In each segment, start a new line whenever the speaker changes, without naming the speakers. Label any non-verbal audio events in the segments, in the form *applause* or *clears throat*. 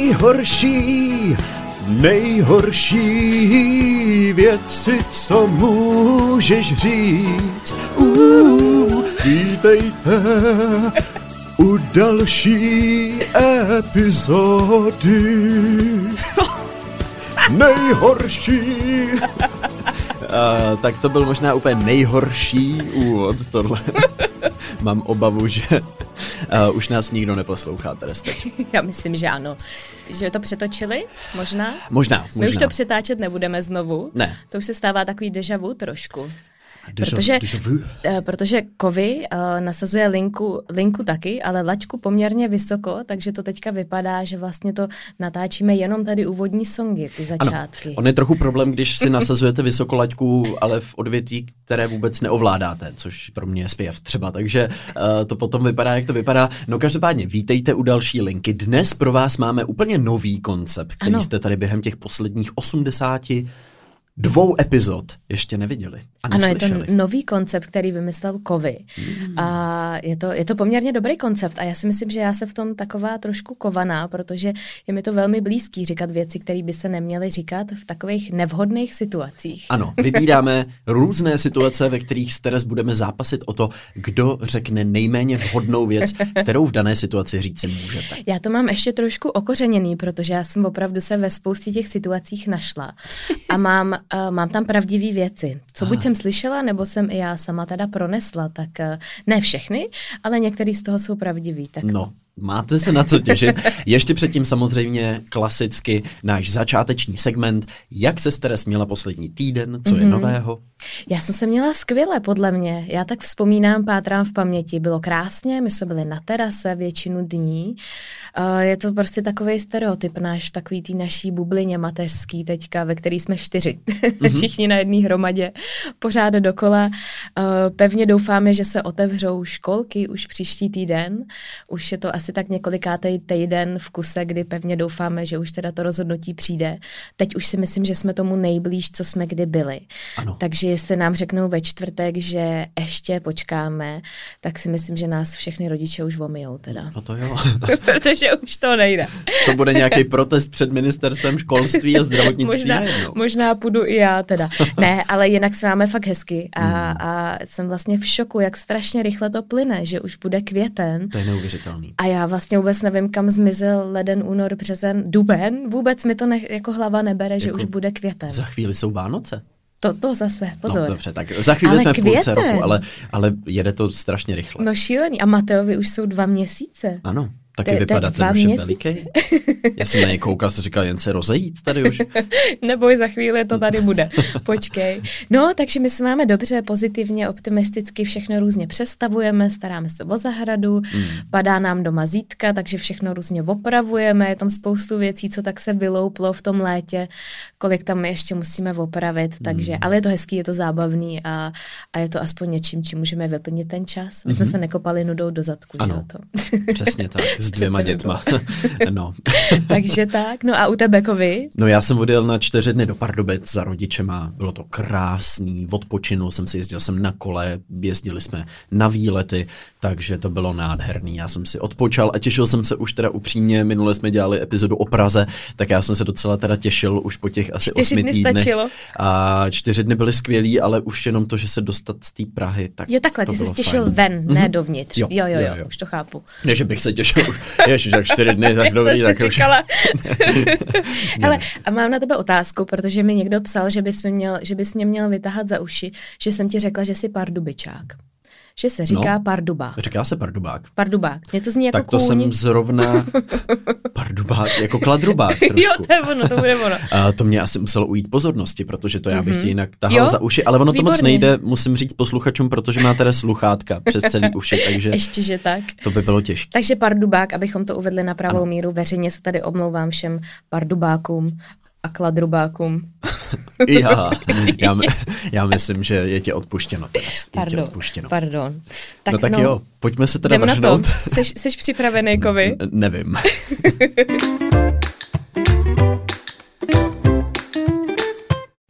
nejhorší, nejhorší věci, co můžeš říct. Uh, vítejte u další epizody. Nejhorší. Uh, tak to byl možná úplně nejhorší úvod tohle. Mám obavu, že uh, už nás nikdo neposlouchá tady jste.
*laughs* Já myslím, že ano. Že to přetočili? Možná?
Možná, možná.
My už to přetáčet nebudeme znovu.
Ne.
To už se stává takový deja vu trošku.
Deja-
protože-
deja vu.
Eh, Protože kovy eh, nasazuje linku, linku taky, ale laťku poměrně vysoko, takže to teďka vypadá, že vlastně to natáčíme jenom tady úvodní songy, ty začátky.
On je trochu problém, když si nasazujete vysokolaťku, ale v odvětví, které vůbec neovládáte, což pro mě je zpěv třeba, takže uh, to potom vypadá, jak to vypadá. No každopádně, vítejte u další linky. Dnes pro vás máme úplně nový koncept, který
Ano.
jste tady během těch posledních 80 dvou epizod ještě neviděli a
Ano, je to
neslyšeli. Hmm.
nový koncept, který vymyslel Kovy. A je to, je to poměrně dobrý koncept a já si myslím, že já se v tom taková trošku kovaná, protože je mi to velmi blízký říkat věci, které by se neměly říkat v takových nevhodných situacích.
Ano, vybíráme různé situace, ve kterých s Teres budeme zápasit o to, kdo řekne nejméně vhodnou věc, kterou v dané situaci říci můžete.
Já to mám ještě trošku okořeněný, protože já jsem opravdu se ve spoustě těch situacích našla. A mám, uh, mám tam pravdivé věci. Co buď jsem slyšela, nebo jsem i já sama teda pronesla, tak uh, ne všechny, ale některé z toho jsou pravdivý. Tak
No, máte se na co těšit. Ještě předtím samozřejmě klasicky náš začáteční segment, jak se Teres měla poslední týden, co je
Mhm.
nového.
Já jsem se měla skvěle, podle mě. Já tak vzpomínám, pátrám v paměti. Bylo krásně, my jsme byli na terase většinu dní. Eh, Je to prostě takový stereotyp náš, takový tý naší bublině mateřský teďka, ve který jsme čtyři. *laughs* Všichni na jedné hromadě, pořád dokola. Eh, Pevně doufáme, že se otevřou školky už příští týden. Už je to asi tak několikátý týden v kuse, kdy pevně doufáme, že už teda to rozhodnutí přijde. Teď už si myslím, že jsme tomu nejblíž, co jsme kdy byli.
Ano.
Takže jestli nám řeknou ve čtvrtek, že ještě počkáme, tak si myslím, že nás všechny rodiče už omijou teda.
No to jo.
*laughs* Protože už to nejde.
To bude nějaký protest před ministerstvem školství a zdravotnictví
možná,
najednou.
možná půjdu i
*laughs*
já teda. Ne, ale jinak se máme fakt hezky
Hmm.
a, a jsem vlastně v šoku, jak strašně rychle to plyne, že už bude květen.
To je neuvěřitelný.
A já vlastně vůbec nevím, kam zmizel leden, únor, březen, duben. Vůbec mi to ne, jako hlava nebere, že
Jako
už bude květen.
Za chvíli jsou Vánoce.
To, to zase, pozor.
No, dobře, tak za chvíli
Ale
jsme v půlce
květen.
roku, ale, ale jede to strašně rychle.
no šílený. A Mateovi už jsou dva měsíce.
Ano,
To
taky
je- to je
vypadá
dva
ten už je
měsíce.
veliký.
*laughs*
Já jsem na něj koukal, jsem říkal, jen se rozejít tady už.
Neboj, za chvíli to tady bude. Počkej. No, takže my se máme dobře, pozitivně, optimisticky, všechno různě přestavujeme, staráme se o zahradu,
Hmm.
mm. padá nám doma zítka, takže všechno různě opravujeme, je tam spoustu věcí, co tak se vylouplo v tom létě, kolik tam ještě musíme opravit, takže,
Hmm.
ale je to hezký, je to zábavný a, a je to aspoň něčím, čím můžeme vyplnit ten čas. My jsme se nekopali nudou do zadku, že
Mhm. Ano.
jo, to. *laughs*
Přesně tak, s dvěma
Přece
dětma. *laughs* No.
takže tak, no a u tebe, Kovi?
No já jsem odjel na čtyři dny do Pardubic za rodičema, bylo to krásný, odpočinul jsem si, jezdil jsem na kole, jezdili jsme na výlety, takže to bylo nádherný, já jsem si odpočal a těšil jsem se už teda upřímně, minule jsme dělali epizodu o Praze, tak já jsem se docela teda těšil už po těch asi
Čtyři
osmi
dny
týdnech.
stačilo.
A čtyři dny byly skvělý, ale už jenom to, že se dostat z té Prahy, tak
Jo, takhle,
to
ty jsi
bylo
těšil
fajn. Mhm.
ven, ne dovnitř.
Jo,
jo, jo,
jo,
jo,
jo.
jo, už to chápu.
Ne, že bych se těšil, ještě tak čtyři dny,
*laughs*
tak dobrý, tak už. *laughs*
Ale a mám na tebe otázku, protože mi někdo psal, že bys, mi měl, že bys mě měl vytahat za uši, že jsem ti řekla, že jsi pardubičák. Že se říká
No.
no. pardubák.
Říká se Pardubák.
Pardubák. Mě to zní jako
tak to
kůň.
jsem
*laughs*
zrovna pardubák, jako kladrubák
jo,
trošku.
to je ono, to
*laughs*
bude ono.
A to mě asi muselo ujít pozornosti, protože to já bych tě jinak tahal
Mhm. Jo?
za uši, ale ono to moc
Výborně.
nejde, musím říct posluchačům, protože má teda sluchátka přes
*laughs*
celý uši, takže
Ještě, že tak.
to by bylo těžké.
Takže pardubák, abychom to uvedli na pravou míru, veřejně se tady omlouvám všem pardubákům a kladrubákům.
*laughs* Já, já,
*laughs*
my- já myslím, že je tě odpuštěno. Teraz. Je tě
Pardon,
odpuštěno.
pardon.
no tak jo, pojďme se teda
Jdem na to.
vrhnout.
Jsi, jsi
*laughs*
připravený, Kovi?
N- Nevím.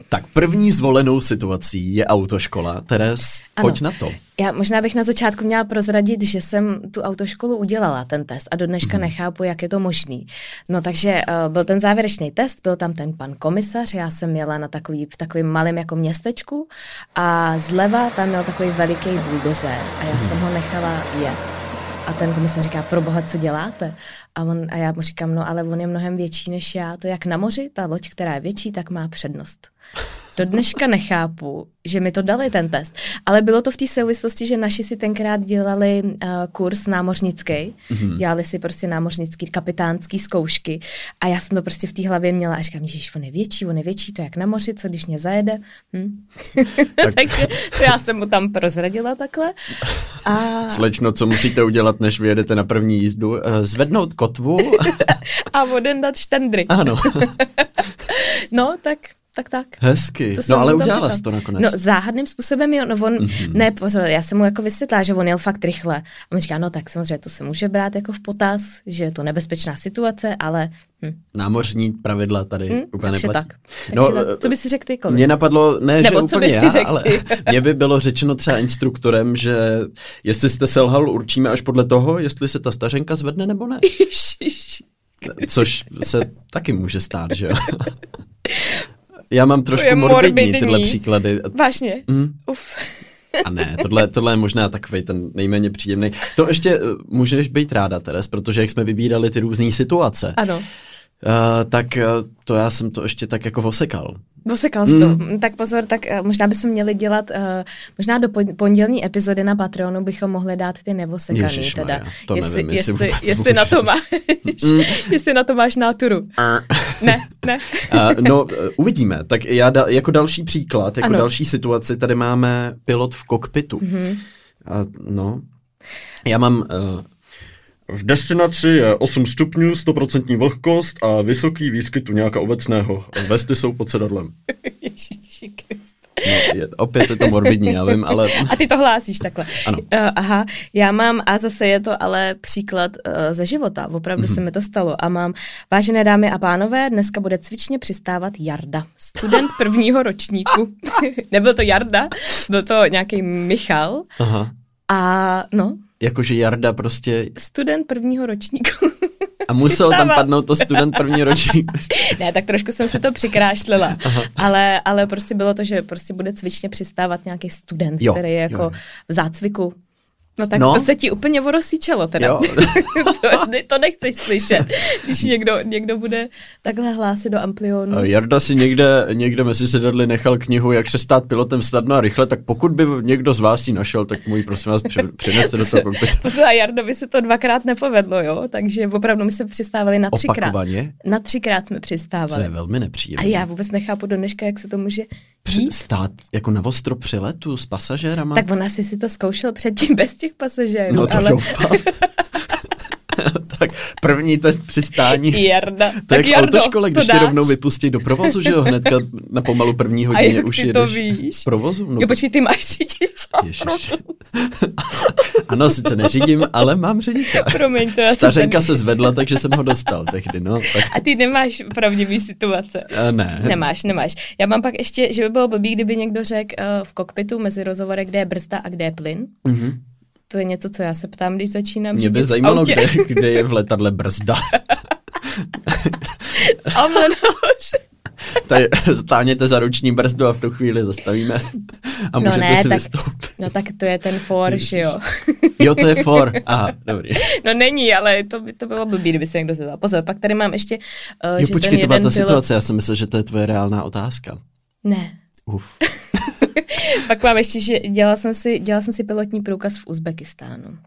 Tak první zvolenou situací je autoškola. Teres,
Ano.
pojď na to.
Já možná bych na začátku měla prozradit, že jsem tu autoškolu udělala ten test a do dneška hmm. nechápu, jak je to možný. No takže uh, byl ten závěrečný test, byl tam ten pan komisař, já jsem jela na takový, v takovým malém jako městečku a zleva tam měl takový veliký buldozer a já jsem ho nechala jet. A ten komisař říká, pro boha, co děláte? A, on, a já mu říkám, no ale on je mnohem větší než já, to jak na moři, ta loď, která je větší, tak má přednost. Do dneška nechápu, že mi to dali ten test, ale bylo to v té souvislosti, že naši si tenkrát dělali uh, kurz námořnický, mm-hmm. dělali si prostě námořnický kapitánský zkoušky a já jsem to prostě v té hlavě měla a říkám, že on je větší, on je větší, to je jak na moři, co když mě zajede. Hm?
Tak-
Tak. *laughs* Takže to já jsem mu tam prozradila takhle. A,
Slečno, co musíte udělat, než vyjedete na první jízdu? Eh, Zvednout kotvu?
*laughs* a odendat štendry.
Ano, *laughs*
No, tak, tak, tak.
hezky.
To jsem
No ale
mu tam
udělala
řekla.
jsi to nakonec. Mhm.
No záhadným způsobem, jo, no on, mm-hmm. ne, pozor, já jsem mu jako vysvětlila, že on jel fakt rychle. A on říká, no tak samozřejmě to se může brát jako v potaz, že je to nebezpečná situace, ale hm,
Námořní pravidla tady
hm,
úplně
takže
neplatí. No, eh,
tak. Takže tak. Co by si řekl ty, Kovi? *laughs*
Mně napadlo, ne,
Nebo
že
co
úplně
by si
já,
řekl
ale *laughs*
ty?
mně by bylo řečeno třeba instruktorem, že jestli jste selhal, určíme až podle toho, jestli se ta stařenka zvedne nebo ne.
Ježiš.
Což se taky může stát, že jo? *laughs* Já mám trošku
je
morbidní,
morbidní.
tyhle příklady.
Vážně?
Mm.
Uf.
A ne, tohle, tohle je možná takový ten nejméně příjemný. To ještě eh, můžeš být ráda, Teres, protože jak jsme vybírali ty různé situace,
Ano.
uh, tak eh, to já jsem to ještě tak jako osekal.
Vosekal jsi to.
Hmm.
Mm. Tak pozor, tak eh, možná bychom měli dělat, eh, možná do pon- pondělní epizody na Patreonu bychom mohli dát ty nevosekaný.
Ježišmarja,
Teda,
to nevím, jestli
jestli, jestli,
vůbec Mm.
jestli, na to
můžu.
máš, *laughs* jestli na to máš náturu.
Mm.
Ne, ne. *laughs*
Uh, no, eh, uvidíme. Tak já da, jako další příklad, jako
Ano.
další situaci, tady máme pilot v kokpitu. Mm-hmm. A, no, já mám... Uh,
V destinaci je 8 stupňů, 100% vlhkost a vysoký výskyt tuňáka obecného. Vesty jsou pod sedadlem.
Ježíši Krist.
no, je, opět je to morbidní, já vím, ale...
A ty to hlásíš takhle.
Ano.
Uh, aha, já mám, a zase je to ale příklad uh, ze života, opravdu
Mhm.
mm-hmm. se mi to stalo. A mám, vážené dámy a pánové, dneska bude cvičně přistávat Jarda, student prvního ročníku. *laughs* Nebyl to Jarda, byl to nějaký Michal.
Aha.
A no,
Jakože Jarda prostě...
student prvního ročníku. *laughs*
A musel tam
Přistává.
padnout to student první *laughs* ročník.
ne, tak trošku jsem si to přikrášlila. Ale, ale prostě bylo to, že prostě bude cvičně přistávat nějaký student,
Jo,
jo, který je jako
jo.
jo. v zácviku. No tak
No.
no. to se ti úplně vorosíčelo teda.
Jo.
*laughs* to, to nechceš slyšet, když někdo, někdo bude takhle hlásit do amplionu.
A Jarda si někde, někde mezi sedadly nechal knihu, jak se stát pilotem snadno a rychle, tak pokud by někdo z vás ji našel, tak můj prosím vás pře- přineste *laughs* do toho
*laughs*
kokpitu.
Poslouchej, Jardovi se to dvakrát nepovedlo, jo? Takže opravdu my jsme přistávali na třikrát.
Opakovaně?
Na třikrát jsme
To
přistávali.
je velmi
A
nepříjemné.
já vůbec nechápu do dneška, jak se to může
Při, stát jako na ostro při letu s pasažérama?
Hm? Tak on asi si to zkoušel předtím bez těch pasažérů,
no to
ale
doufám.
*laughs*
tak první test přistání.
Jarda.
To je
tak
jak v
Jardo,
autoškole,
to
když tě
dáš?
rovnou vypustí do provozu, že jo? Hnedka na pomalu první
A
hodině
jak
už
ty
jedeš
to víš?
v provozu. No,
Jo, počkej, ty máš *laughs* řidiče.
Ježiš. *laughs* ano, sice neřídím, ale mám řidiče.
Promiň, to já jsem
Stařenka
ten-
se zvedla, takže jsem ho dostal tehdy, no. Tak,
A ty nemáš pravdivý situace.
eh, ne.
*laughs* Nemáš, nemáš. Já mám pak ještě, že by bylo blbý, kdyby někdo řekl eh, v kokpitu mezi rozhovorem, kde je brzda a kde je plyn.
Mhm.
To je něco, co já se ptám, když začínám
Mě by
řídit v
zajímalo,
autě. *laughs*
kde, kde je v letadle brzda.
A ono nahoře.
*laughs* Tady stáhněte za ruční brzdu a v tu chvíli zastavíme a
No
můžete
ne,
si
tak-
vystoupit.
No tak to je ten for, že jo.
Jo, to je for. Aha,
*laughs*
dobrý.
No není, ale to by to bylo blbý, kdyby se někdo zeptal. Pozor, pak tady mám ještě, uh,
Jo,
že
počkej,
ten
to byla ta
jeden pilot...
situace, já jsem myslel, že to je tvoje reálná otázka.
Ne,
Uf.
Pak mám ještě, že dělala jsem si, dělala jsem si pilotní průkaz v Uzbekistánu.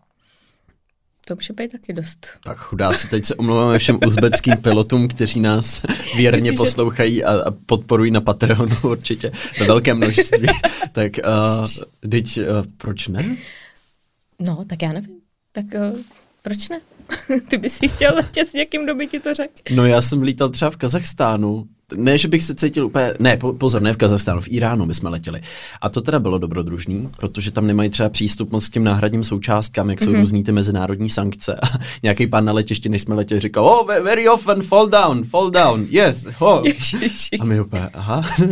To může být taky dost.
Tak chudáci, teď se omlouváme všem uzbeckým pilotům, kteří nás věrně
Myslíš, že-
poslouchají a, a podporují na Patreonu určitě ve velké
*laughs*
množství. tak uh, teď uh, proč ne?
No, tak já nevím. Tak uh, proč *laughs* ne? Ty bys si chtěl letět s někým, kdo by ti to řekl.
No já jsem lítal třeba v Kazachstánu, ne, že bych se cítil úplně, ne, po- pozor, ne v Kazachstánu, v Iránu my jsme letěli. A to teda bylo dobrodružný, protože tam nemají třeba přístup moc k těm náhradním součástkám, jak jsou
Mhm.
mm-hmm. různý ty mezinárodní sankce. A nějaký pán na letišti, než jsme letěli, říkal, oh, ve- very often, fall down, fall down, yes, ho.
Ježiši.
A my úplně, aha, *laughs*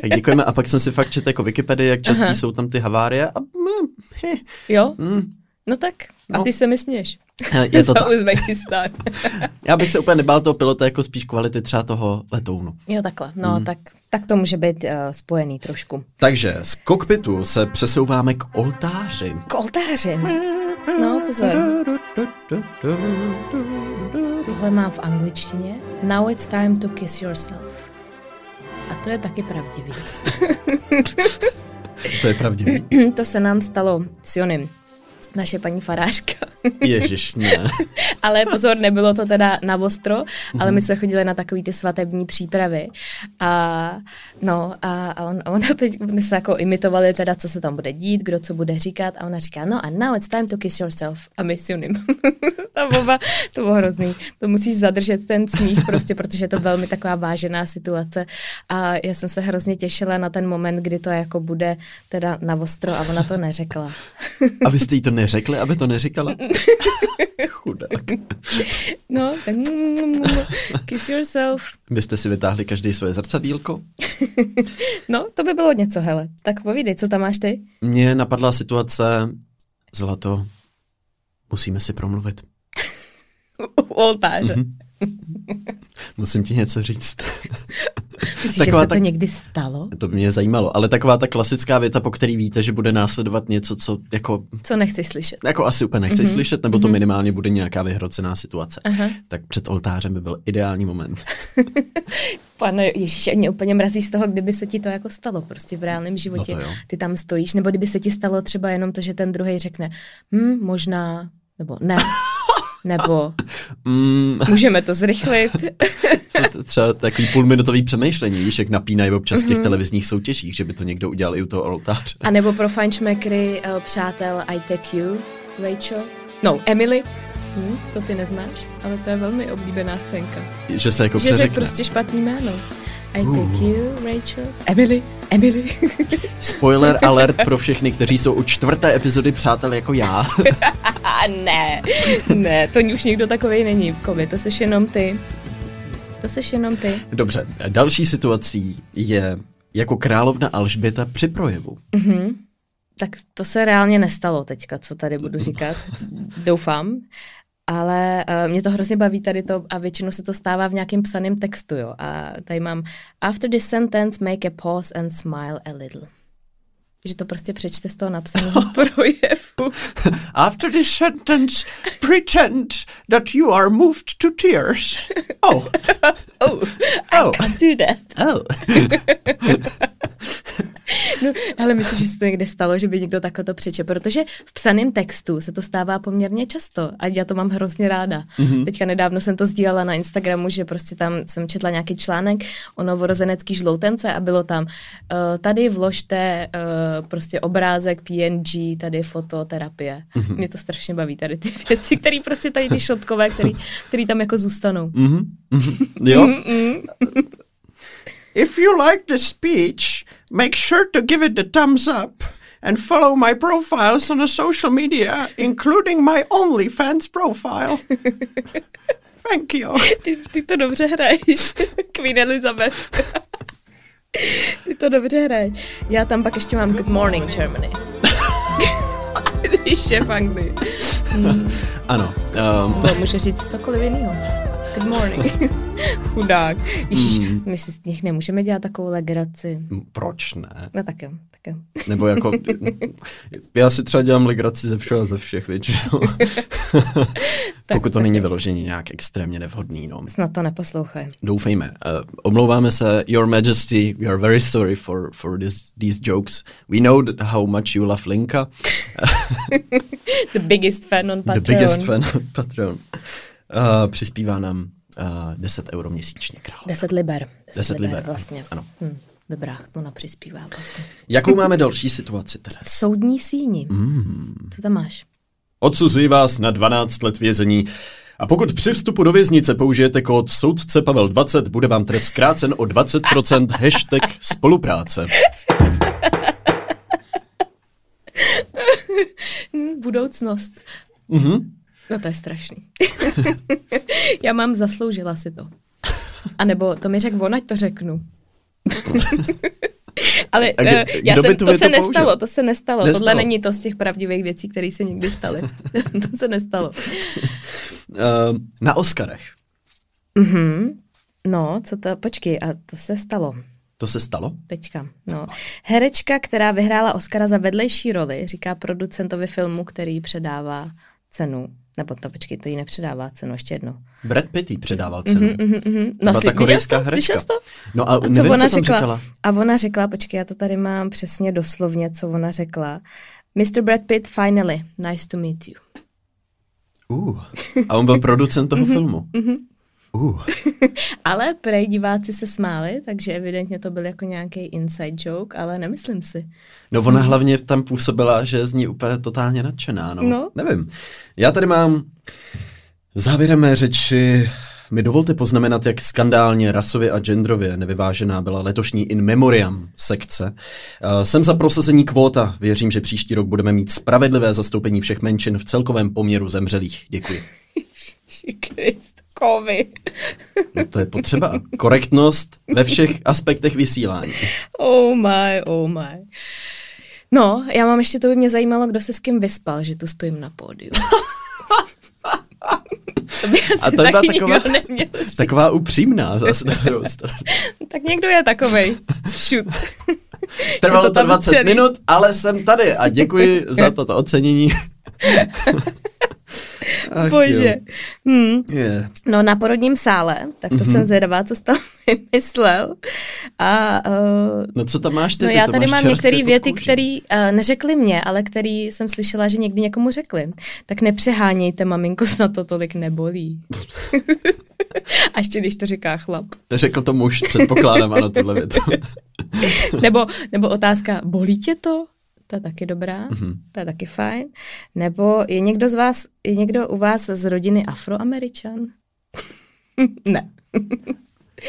tak děkujeme. A pak jsem si fakt četl jako Wikipedii, jak častý
Aha.
jsou tam ty havárie. A, mm, he,
Jo?
mm,
No tak. A
No.
ty se mi směš.
je to
*laughs* Za
tak.
Uzbekistán.
Já bych se úplně nebál toho pilota, jako spíš kvality třeba toho letounu.
Jo, takhle. No,
Hmm.
tak, tak to může být uh, spojený trošku.
Takže z kokpitu se přesouváme k oltáři.
K oltáři. No, pozor. Tohle mám v angličtině. Now it's time to kiss yourself. A to je taky pravdivý.
To je pravdivé.
*clears throat* to se nám stalo s Jonem, naše paní farářka.
Ježiš, ne.
*laughs* ale pozor, nebylo to teda na ostro, ale my jsme chodili na takový ty svatební přípravy. A no, a, a on, a ona teď, my jsme jako imitovali teda, co se tam bude dít, kdo co bude říkat a ona říká, no a now it's time to kiss yourself. A my s Jonem. *laughs* tam oba, to bylo hrozný. To musíš zadržet ten smích prostě, protože je to velmi taková vážená situace. A já jsem se hrozně těšila na ten moment, kdy to jako bude teda na ostro a ona to neřekla.
A vy jste jí to neřekli, aby to
*laughs*
neříkala? Chudák.
No, tak kiss yourself.
Vy jste si vytáhli každý svoje zrcadílko?
No, to by bylo něco, hele. Tak povídej, co tam máš ty?
Mně napadla situace, zlato, musíme si promluvit.
U oltáře.
Mhm.
Mm-hmm.
Musím ti něco říct.
Myslíš,
Taková
že se
tak-
to někdy stalo?
To by mě zajímalo, ale taková ta klasická věta, po který víte, že bude následovat něco, co jako,
Co nechceš slyšet?
jako asi úplně nechceš mm-hmm. slyšet, nebo to minimálně bude nějaká vyhrocená situace.
Mhm. Aha.
Tak před oltářem by byl ideální moment. *laughs*
Pane Ježíš, mě úplně mrazí z toho, kdyby se ti to jako stalo prostě v reálném životě.
No to jo.
ty tam stojíš, nebo kdyby se ti stalo třeba jenom to, že ten druhý řekne, hm, možná, nebo ne,
*laughs*
nebo
Mm,
můžeme to zrychlit.
to- to třeba takový půlminutový přemýšlení, víš, jak napínají občas v
Mhm.
těch televizních soutěžích, že by to někdo udělal i u toho oltáře. *laughs*
A nebo pro fančmekry, eh, přátel, I take you, Rachel, no, Emily. Hm, to ty neznáš, ale to je velmi oblíbená scénka.
Že se jako
Že
přeřekne.
řekl prostě špatný jméno. I take you, Rachel. Emily, Emily. *laughs*
Spoiler alert pro všechny, kteří jsou u čtvrté epizody Přátel jako já. *laughs*
A ne, ne, to už nikdo takovej není, Kobe, to seš jenom ty. To seš jenom ty.
Dobře, další situací je jako královna Alžběta při projevu.
Mhm. Tak to se reálně nestalo teďka, co tady budu říkat. Doufám. Ale uh, mě to hrozně baví tady to a většinou se to stává v nějakém psaném textu, jo. A tady mám After this sentence make a pause and smile a little. Že to prostě přečte z toho napsaného *laughs* projevu.
After this sentence, pretend that you are moved to tears.
*laughs*
Oh,
Oh,
Oh.
I can't do that.
oh.
No, ale myslím, že se to někde stalo, že by někdo takhle to přeče, protože v psaném textu se to stává poměrně často a já to mám hrozně ráda. Mm-hmm. Teďka nedávno jsem to sdílela na Instagramu, že prostě tam jsem četla nějaký článek o novorozenecký žloutence a bylo tam, eh, tady vložte eh, prostě obrázek PNG, tady fototerapie. Mm-hmm. Mě to strašně baví, tady ty *laughs* věci, které prostě tady ty šotkové, které tam jako zůstanou.
Jo?
Mhm.
If you like the speech, make sure to give it the thumbs up and follow my profiles on the social media, including my OnlyFans *laughs* profile. Thank you.
Ty, ty to dobře hraješ, *laughs* Queen Elizabeth. *laughs* ty to dobře hraješ. Já tam pak ještě mám Good Morning *laughs* Germany. Když je v Anglii.
Ano. Um,
Bo může říct cokoliv jiného. Good morning. *laughs* Chudák. Ježíš,
Hmm.
my si z nich nemůžeme dělat takovou legraci.
proč ne?
No tak jo, tak jo.
Nebo jako, já si třeba dělám legraci ze všeho a ze všech, *laughs* většinou. Pokud to není vyloženě nějak extrémně nevhodný, no.
Snad to neposlouchaj.
Doufejme. Uh, omlouváme se, Your Majesty, we are very sorry for, for this, these jokes. We know that how much you love Linka,
The biggest fan on Patreon.
the biggest fan of *laughs* Patreon. Uh, přispívá nám uh, 10 euro měsíčně, král.
10 liber.
10 liber.
Vlastně.
Ano.
Hm, dobrá, ona přispívá vlastně.
Jakou máme další situaci, Teres?
Soudní síni.
Mm.
Co tam máš?
Odsuzuji vás na 12 let vězení
A pokud při vstupu do věznice použijete kód soudce Pavel 20, bude vám trest zkrácen
*laughs*
o 20% hashtag spolupráce.
Hm, Budoucnost.
Mhm.
No to je strašný. *laughs* Já mám zasloužila si to. A nebo to mi řekl on, ať to řeknu. *laughs* Ale
A kdo-
eh, já
kdo by
jsem,
tu
to se
větu použil?
nestalo, to se nestalo.
Nestalo.
Tohle není to z těch pravdivých věcí, které se někdy staly. *laughs* to se nestalo.
Ehm, na Oscarech.
Mhm. No, co to, počkej, a to se stalo
To se stalo?
teďka. No. Herečka, která vyhrála Oscara za vedlejší roli, říká producentovi filmu, který předává cenu. Nebo to, počkej, to jí nepředává cenu, ještě jedno.
Brad Pitt jí předával cenu. Mm-hmm.
Mhm, mhm. No,
Byla
sli- viděl
ta
jsi
korejská
to?
herečka.
Slyšel jsi to?
No a,
A co
nevím,
ona
co tam
řekla?
říkala.
A ona řekla, počkej, já to tady mám přesně doslovně, co ona řekla. Mr. Brad Pitt, finally, nice to meet you.
Uh. A on byl producent
Mhm,
toho filmu. Uh.
Ale prej diváci se smáli, takže evidentně to byl jako nějaký inside joke, ale nemyslím si.
No ona hlavně tam působila, že z ní úplně totálně nadšená, no.
No.
Nevím. Já tady mám závěrem mé řeči mi dovolte poznamenat, jak skandálně rasově a genderově nevyvážená byla letošní In Memoriam sekce. Eh, Jsem za prosazení kvóta. Věřím, že příští rok budeme mít spravedlivé zastoupení všech menšin v celkovém poměru zemřelých. Děkuji.
Kovy.
No to je potřeba. Korektnost ve všech aspektech vysílání.
Oh my, oh my. No, já mám ještě, to by mě zajímalo, kdo se s kým vyspal, že tu stojím na pódiu. to by
A
asi
to je
taky
taková-
nikdo neměl. říct.
Taková upřímná zase na druhou stranu.
Tak někdo je takovej.
*laughs*
Šut.
Trvalo
to
to
tam
20
střelí.
minut, ale jsem tady
*laughs*
a děkuji za toto ocenění. Ach
Bože. Hmm.
jo. Je.
No na porodním sále, tak to
Mhm.
jsem zvědavá, co jsi tam *laughs* vymyslel. A uh,
No co tam máš ty?
no
ty
já
to
tady
máš
mám
čerstvě
některé
pod
věty,
kůží.
které uh, neřekli mě, ale které jsem slyšela, že někdy někomu řekli. Tak nepřehánějte, maminko, snad to tolik
*laughs*
nebolí. A ještě když to říká chlap.
Řekl to muž, předpokládám, ano,
*laughs*
tuhle větu.
Nebo, nebo otázka, bolí tě to? To je taky dobrá,
Mhm.
to je taky fajn. Nebo je někdo z vás, je někdo u vás z rodiny afroameričan? *laughs* ne.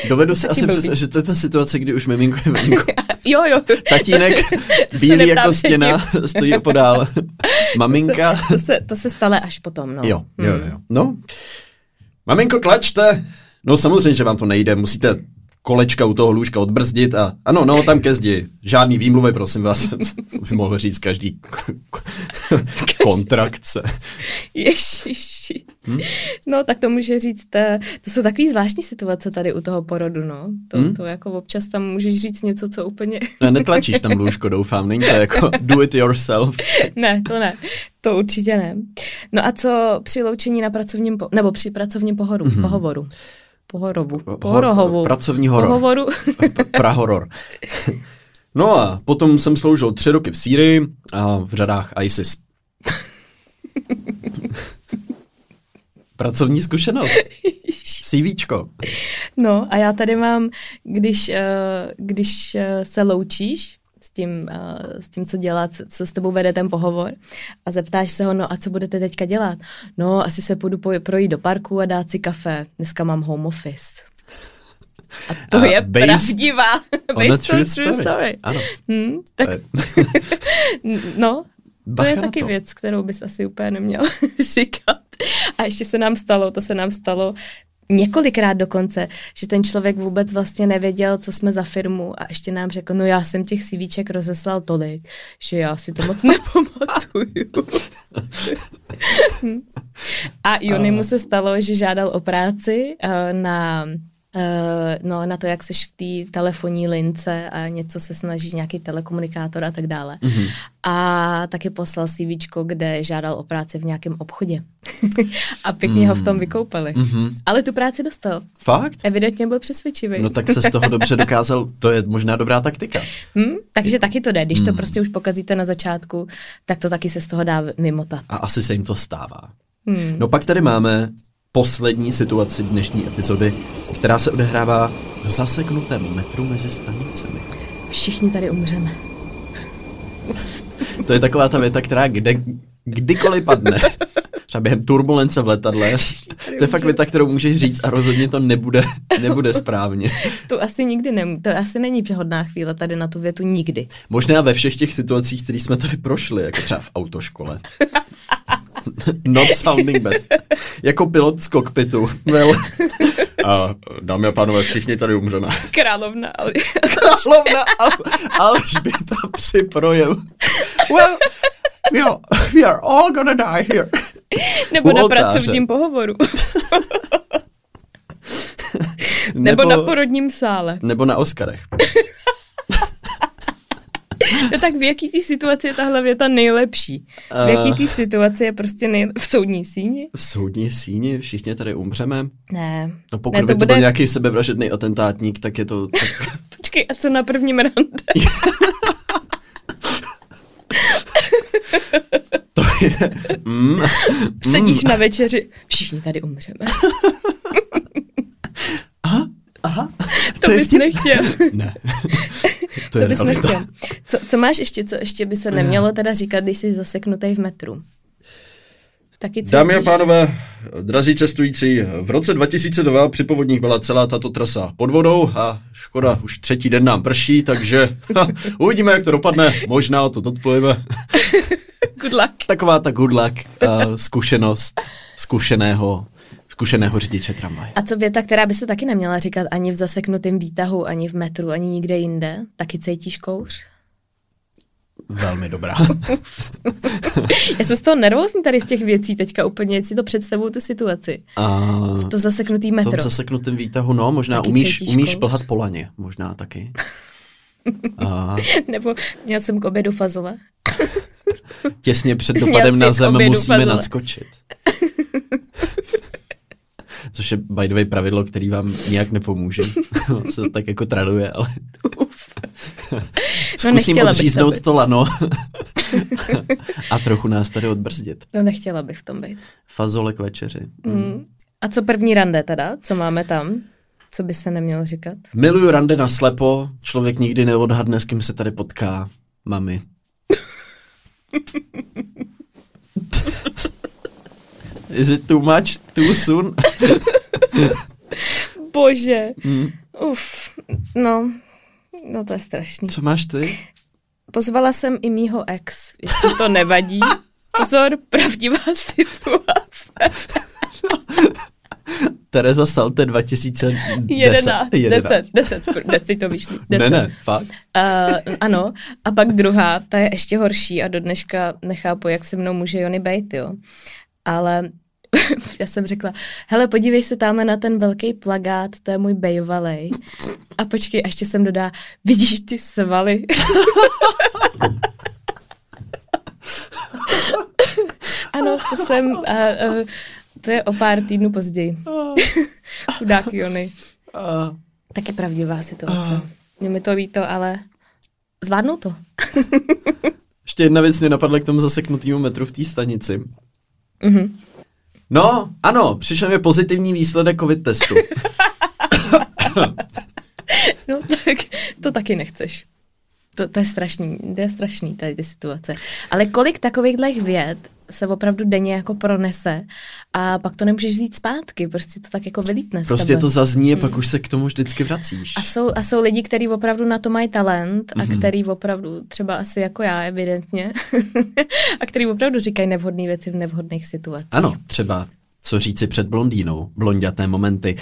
Dovedu si
Taky
asi
blbý.
představit, že to je ta situace, kdy už miminko je venku.
*laughs* Jo, jo.
Tatínek,
se
bílý
neptám
jako
předtím.
stěna, stojí
*laughs*
opodál. Maminka.
To se, to se stalo až potom, no.
Jo, jo,
Hmm.
jo. No. Maminko, klačte. No samozřejmě, že vám to nejde. Musíte kolečka u toho lůžka odbrzdit a ano, no, tam ke zdi. Žádný výmluvy, prosím vás. *laughs* To by mohl říct *laughs* každý kontrakce.
Ježiši.
Mhm.
No, tak to může říct, eh, to jsou takový zvláštní situace tady u toho porodu, no. To,
Hmm.
to jako občas tam můžeš říct něco, co úplně...
Ne, netlačíš tam lůžko, doufám. Není to jako do it yourself.
ne, to ne. To určitě ne. No a co při loučení na pracovním, po... nebo při pracovním pohoru, mm-hmm. pohovoru? Pohorovu. Pohorohovu.
Mhm. Pracovní horor.
Pohovoru. *laughs*
P- Prahoror. *laughs* No a potom jsem sloužil tři roky v Sýrii a v řadách ISIS. *laughs* Pracovní *laughs* zkušenost. CVčko.
No a já tady mám, když, eh, když eh, se loučíš s tím, eh, s tím, co dělá, co- co s tebou vede ten pohovor a zeptáš se ho, no a co budete teďka dělat? No, asi se půjdu poj- projít do parku a dát si kafe. Dneska mám home office. A to
A
je
based
pravdivá.
On a
based on true story.
Ano.
Hmm, tak, *laughs*
Eh,
no, to
bacha
je
na
taky
to.
věc, kterou bys asi úplně neměl *laughs* říkat. A ještě se nám stalo, to se nám stalo několikrát dokonce, že ten člověk vůbec vlastně nevěděl, co jsme za firmu a ještě nám řekl, no já jsem těch CVček rozeslal tolik, že já si to moc *laughs* nepamatuju. a Juni mu se stalo, že žádal o práci eh, na eh, no, na to, jak seš v té telefonní lince a něco se snaží, nějaký telekomunikátor a tak dále.
Mhm.
Mm-hmm. A taky poslal CV, kde žádal o práci v nějakém obchodě. *laughs* a pěkně mm. ho v tom vykoupali.
Mhm.
Ale tu práci dostal.
Fakt?
Evidentně byl přesvědčivý.
No tak se z toho dobře dokázal, to je možná dobrá taktika.
hm? Takže taky to jde. Když
Hmm.
to prostě už pokazíte na začátku, tak to taky se z toho dá vymotat.
A asi se jim to stává.
Hm.
No pak tady máme poslední situaci dnešní epizody, která se odehrává v zaseknutém metru mezi stanicemi.
Všichni tady umřeme.
To je taková ta věta, která kde, kdykoliv padne. Třeba třeba během turbulence v letadle. to je fakt věta, kterou můžeš říct a rozhodně to nebude, nebude správně.
To asi nikdy nem, to asi není přehodná chvíle tady na tu větu nikdy.
Možná ve všech těch situacích, které jsme tady prošli, jako třeba v autoškole. Not sounding best. Jako pilot z kokpitu. Well.
A dámy a pánové, všichni tady umřeme.
Královna, ale... *laughs*
Královna Al- Alžběta při projevu. Well, we are, we are all gonna die here.
Nebo
U
na
oltáře.
pracovním
*laughs*
pohovoru. Nebo, na porodním sále.
nebo na Oscarech.
No tak v jaký té situaci je tahle věta nejlepší? V
Eh.
jaký té situaci je prostě nej... v soudní síni?
V soudní síni všichni tady umřeme.
Ne.
No pokud
Ne, to
by to byl
bude-
nějaký sebevražedný atentátník, tak je to... Tak...
Počkej, a co na prvním rande?
*laughs* To je... Mm.
*laughs* Sedíš na večeři, všichni tady umřeme.
*laughs* Aha,
*laughs* To,
To je
bys
vtip.
nechtěl.
*laughs*
*laughs*
ne.
To bys
realita.
nechtěl. Co, co máš ještě, co ještě by se nemělo teda říkat, když jsi zaseknutý v metru? Taky co
Dámy a
víš?
pánové, drazí cestující, v roce 2002 při povodních byla celá tato trasa pod vodou a škoda, už třetí den nám prší, takže *laughs* ha, uvidíme, jak to dopadne, možná to odplujeme.
Good luck.
Taková ta good luck, uh, zkušenost zkušeného, zkušeného řidiče tramvaje.
A co věta, která by se taky neměla říkat ani v zaseknutém výtahu, ani v metru, ani nikde jinde? Taky cítíš kouř? *laughs*
Velmi dobrá.
Já jsem z toho nervózní tady z těch věcí teďka úplně, jak si to představuju tu situaci.
A
To zaseknutý
v tom
metro.
zaseknutém výtahu, no, možná
Taky
umíš,
cítíš
umíš
kous?
plhat po laně, možná taky. A
*laughs* Nebo měl jsem k obědu fazole. *laughs*
těsně před
Měl
dopadem
jsi
na
k
zem
obědu
musíme
puzzle.
nadskočit. Což je by the way pravidlo, který vám nijak nepomůže. *laughs* On se tak jako traduje, ale *laughs*
Uf. No
zkusím
nechtěla bych, to
odříznout
být. *laughs*
to lano a trochu nás tady odbrzdit.
no nechtěla bych v tom být.
Fazole k večeři.
Mm. A co první rande teda? Co máme tam? Co by se nemělo říkat?
Miluju rande na slepo, člověk nikdy neodhadne, s kým se tady potká.
*laughs*
Mami. Is it too much? Too soon?
Bože,
Mm.
uf, no, no to je strašný.
Co máš ty?
Pozvala jsem i mýho ex, jestli to *laughs* nevadí. Pozor, pravdivá situace.
Tereza Salte 2010.
11,
11.
10, 10, ty to víš, 10.
Ne, ne, fakt.
Uh, ano, a pak druhá, ta je ještě horší a do dneška nechápu, jak se mnou může Jony bejt, jo. Ale *laughs* já jsem řekla, hele, podívej se tamhle na ten velký plagát, to je můj bejvalej. A počkej, a ještě jsem dodá, vidíš ty svaly? *laughs* ano, to jsem, uh, uh, to je o pár týdnů později.
Ah.
*laughs* Chudák Jony.
A
Tak je pravdivá situace.
Ah.
Je mi to líto, ale zvládnu to.
ještě jedna věc mě napadla k tomu zaseknutému metru v té stanici.
Mhm.
No, ano, přišel mi pozitivní výsledek covid testu.
No *laughs* tak to taky nechceš. To, to je strašný, to je strašný tady ty situace. Ale kolik takovýchhle věd se opravdu denně jako pronese a pak to nemůžeš vzít zpátky, prostě to tak jako vylítne z
Prostě
tebe.
to zazní a pak už se k tomu vždycky vracíš.
A jsou, a jsou lidi, kteří opravdu na to mají talent a
Mhm.
který opravdu, třeba asi jako já evidentně, *laughs* a který opravdu říkají nevhodné věci v nevhodných situacích.
Ano, třeba co říci před blondínou, blondiaté momenty.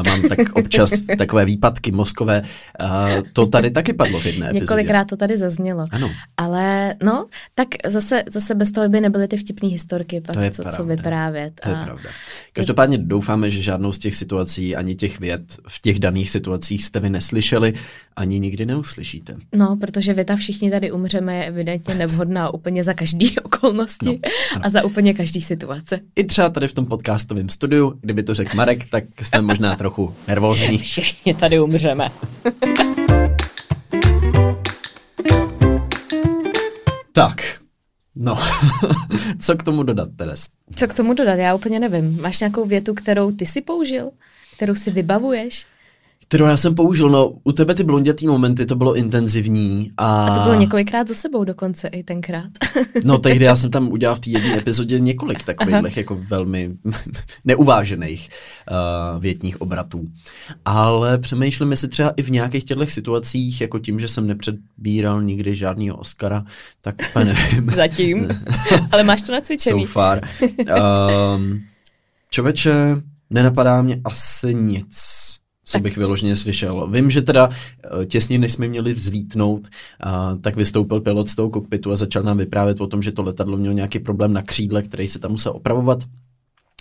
Uh, mám tak občas takové výpadky mozkové. Uh, to tady taky padlo v jedné epizodě.
Několikrát to tady zaznělo.
Ano.
Ale no, tak zase, zase bez toho by nebyly ty vtipné historky,
To je
pak co,
pravda.
co vyprávět.
To je
a
pravda. Každopádně doufáme, že žádnou z těch situací, ani těch věd v těch daných situacích jste vy neslyšeli, ani nikdy neuslyšíte.
No, protože věta všichni tady umřeme je evidentně nevhodná úplně za každý *laughs* okolnosti
No,
no,
ano.
a za úplně každý situace.
I třeba tady v tom podcastovém studiu, kdyby to řekl Marek, tak jsme možná trochu
*laughs*
nervózní.
Všichni tady umřeme.
Tak, no, *laughs* co k tomu dodat, Teres?
Co k tomu dodat? Já úplně nevím. Máš nějakou větu, kterou ty si použil? Kterou si vybavuješ?
Kterou já jsem použil, no u tebe ty blondětý momenty, to bylo intenzivní a...
A to bylo několikrát za sebou dokonce i tenkrát.
No tehdy já jsem tam udělal v té jedné epizodě několik takových jako velmi *laughs* neuvážených uh, větních obratů. Ale přemýšlím, jestli třeba i v nějakých těchto situacích, jako tím, že jsem nepředbíral nikdy žádného Oscara, tak úplně nevím. *laughs*
Zatím. Ale máš to nacvičený.
So far. Um, člověče, nenapadá mě asi nic co bych vyloženě slyšel. Vím, že teda eh, těsně než jsme měli vzlítnout, a, tak vystoupil pilot z toho kokpitu a začal nám vyprávět o tom, že to letadlo mělo nějaký problém na křídle, který se tam musel opravovat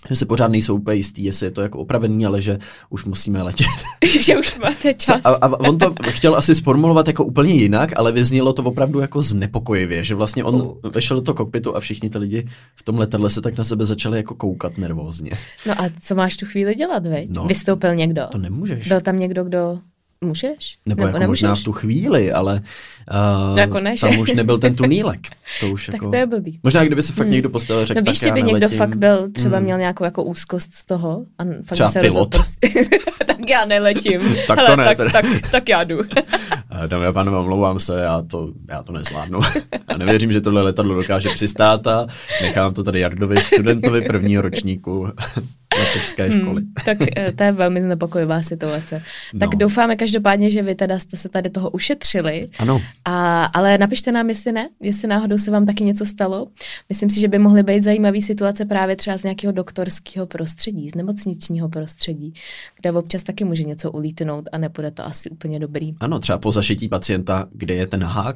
že se pořád nejsou úplně jistý, jestli je to jako opravený, ale že už musíme letět.
*laughs* že už máte čas.
A, a on to chtěl asi sformulovat jako úplně jinak, ale vyznělo to opravdu jako znepokojivě, že vlastně on oh. vešel do toho kokpitu a všichni ty lidi v tom letadle se tak na sebe začali jako koukat nervózně.
No a co máš tu chvíli dělat, veď?
No,
No, Vystoupil někdo?
To nemůžeš.
Byl tam někdo, kdo... Můžeš?
Nebo, jako možná v tu chvíli, ale uh,
No jako ne, že?
tam už nebyl ten tunílek. To
*laughs*
už
Tak
jako...
to je blbý.
Možná kdyby se fakt někdo postavil a řekl,
No víš,
tak já
kdyby někdo
neletím. Hmm.
fakt byl, třeba měl nějakou jako úzkost z toho a fakt
Třeba
se rozhodl
pilot.
prostě, *laughs* tak já neletím.
*laughs* Tak to
Hele,
ne,
tak,
teda.
tak, tak, já
*laughs*
jdu.
Eh, Dámy a pánové, omlouvám se, já to, já to nezvládnu. *laughs* Já nevěřím, že tohle letadlo dokáže přistát a nechám to tady Jardovi, studentovi prvního ročníku *laughs* letecké školy.
Hmm, tak eh, to je velmi znepokojivá situace. Tak
No.
doufáme každopádně, že vy teda jste se tady toho ušetřili.
Ano.
A, ale napište nám, jestli ne, jestli náhodou se vám taky něco stalo. Myslím si, že by mohly být zajímavé situace právě třeba z nějakého doktorského prostředí, z nemocničního prostředí, kde občas taky může něco ulítnout a nebude to asi úplně dobrý.
Ano, třeba po zašití pacienta, kde je
*laughs*
ten hák?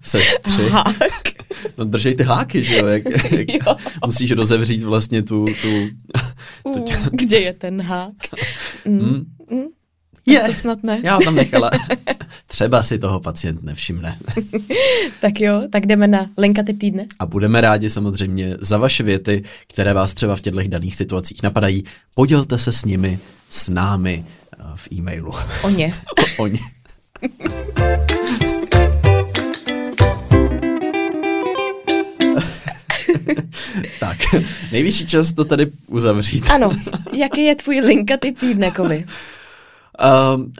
Sestři.
Hák.
No držej ty háky, že jo? Jak,
*laughs*
jak,
Jo.
musíš rozevřít vlastně tu... tu
Uh, *laughs* Kde je ten hák? Mm. Mm.
je,
To snad ne.
*laughs* já ho tam nechala. *laughs* Třeba si toho pacient nevšimne.
Tak jo, tak jdeme na Lenka typ týdne.
A budeme rádi samozřejmě za vaše věty, které vás třeba v těchto daných situacích napadají. Podělte se s nimi, s námi eh, v e-mailu.
O ně.
*laughs* O ně. tak, nejvyšší čas to tady uzavřít.
Ano, jaký je tvůj Lenka typ týdne, Kovi?
Um,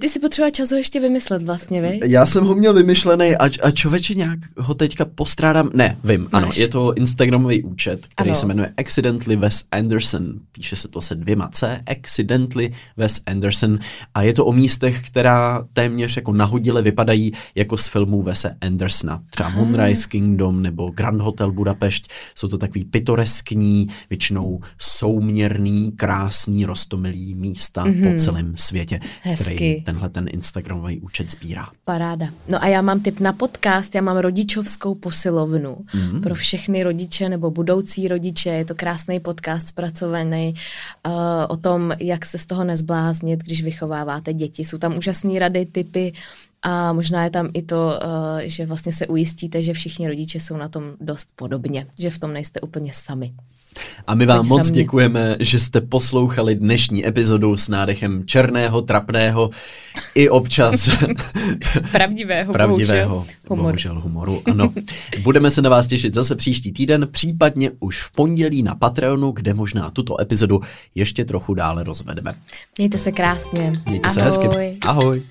Ty si potřeba času ještě vymyslet vlastně, vy?
já jsem ho měl vymyšlený a, a člověče nějak ho teďka postrádám. Ne, vím, Máš. ano,
Máš.
je to Instagramový účet,
Ano.
který ano. se jmenuje Accidentally Wes Anderson. Píše se to se dvěma C, Accidentally Wes Anderson. A je to o místech, která téměř jako nahodile vypadají jako z filmů Wese Andersona. Třeba Moonrise Kingdom nebo Grand Hotel Budapešť. Jsou to takový pitoreskní, většinou souměrný, krásný, rostomilý místa mm-hmm. po celém světě,
Mhm. Hezky.
který tenhle ten Instagramový účet sbírá.
Paráda. No a já mám tip na podcast, já mám rodičovskou posilovnu mm. pro všechny rodiče nebo budoucí rodiče. Je to krásný podcast zpracovaný uh, o tom, jak se z toho nezbláznit, když vychováváte děti. Jsou tam úžasné rady, typy a možná je tam i to, uh, že vlastně se ujistíte, že všichni rodiče jsou na tom dost podobně, že v tom nejste úplně sami.
A my vám
Tak
moc
za mě.
děkujeme, že jste poslouchali dnešní epizodu s nádechem černého, trapného
*laughs*
i občas
Pravdivého,
pravdivého,
humoru.
bohužel humoru. Ano. Budeme se na vás těšit zase příští týden, případně už v pondělí na Patreonu, kde možná tuto epizodu ještě trochu dále rozvedeme.
Mějte se krásně.
Mějte se hezky. Ahoj.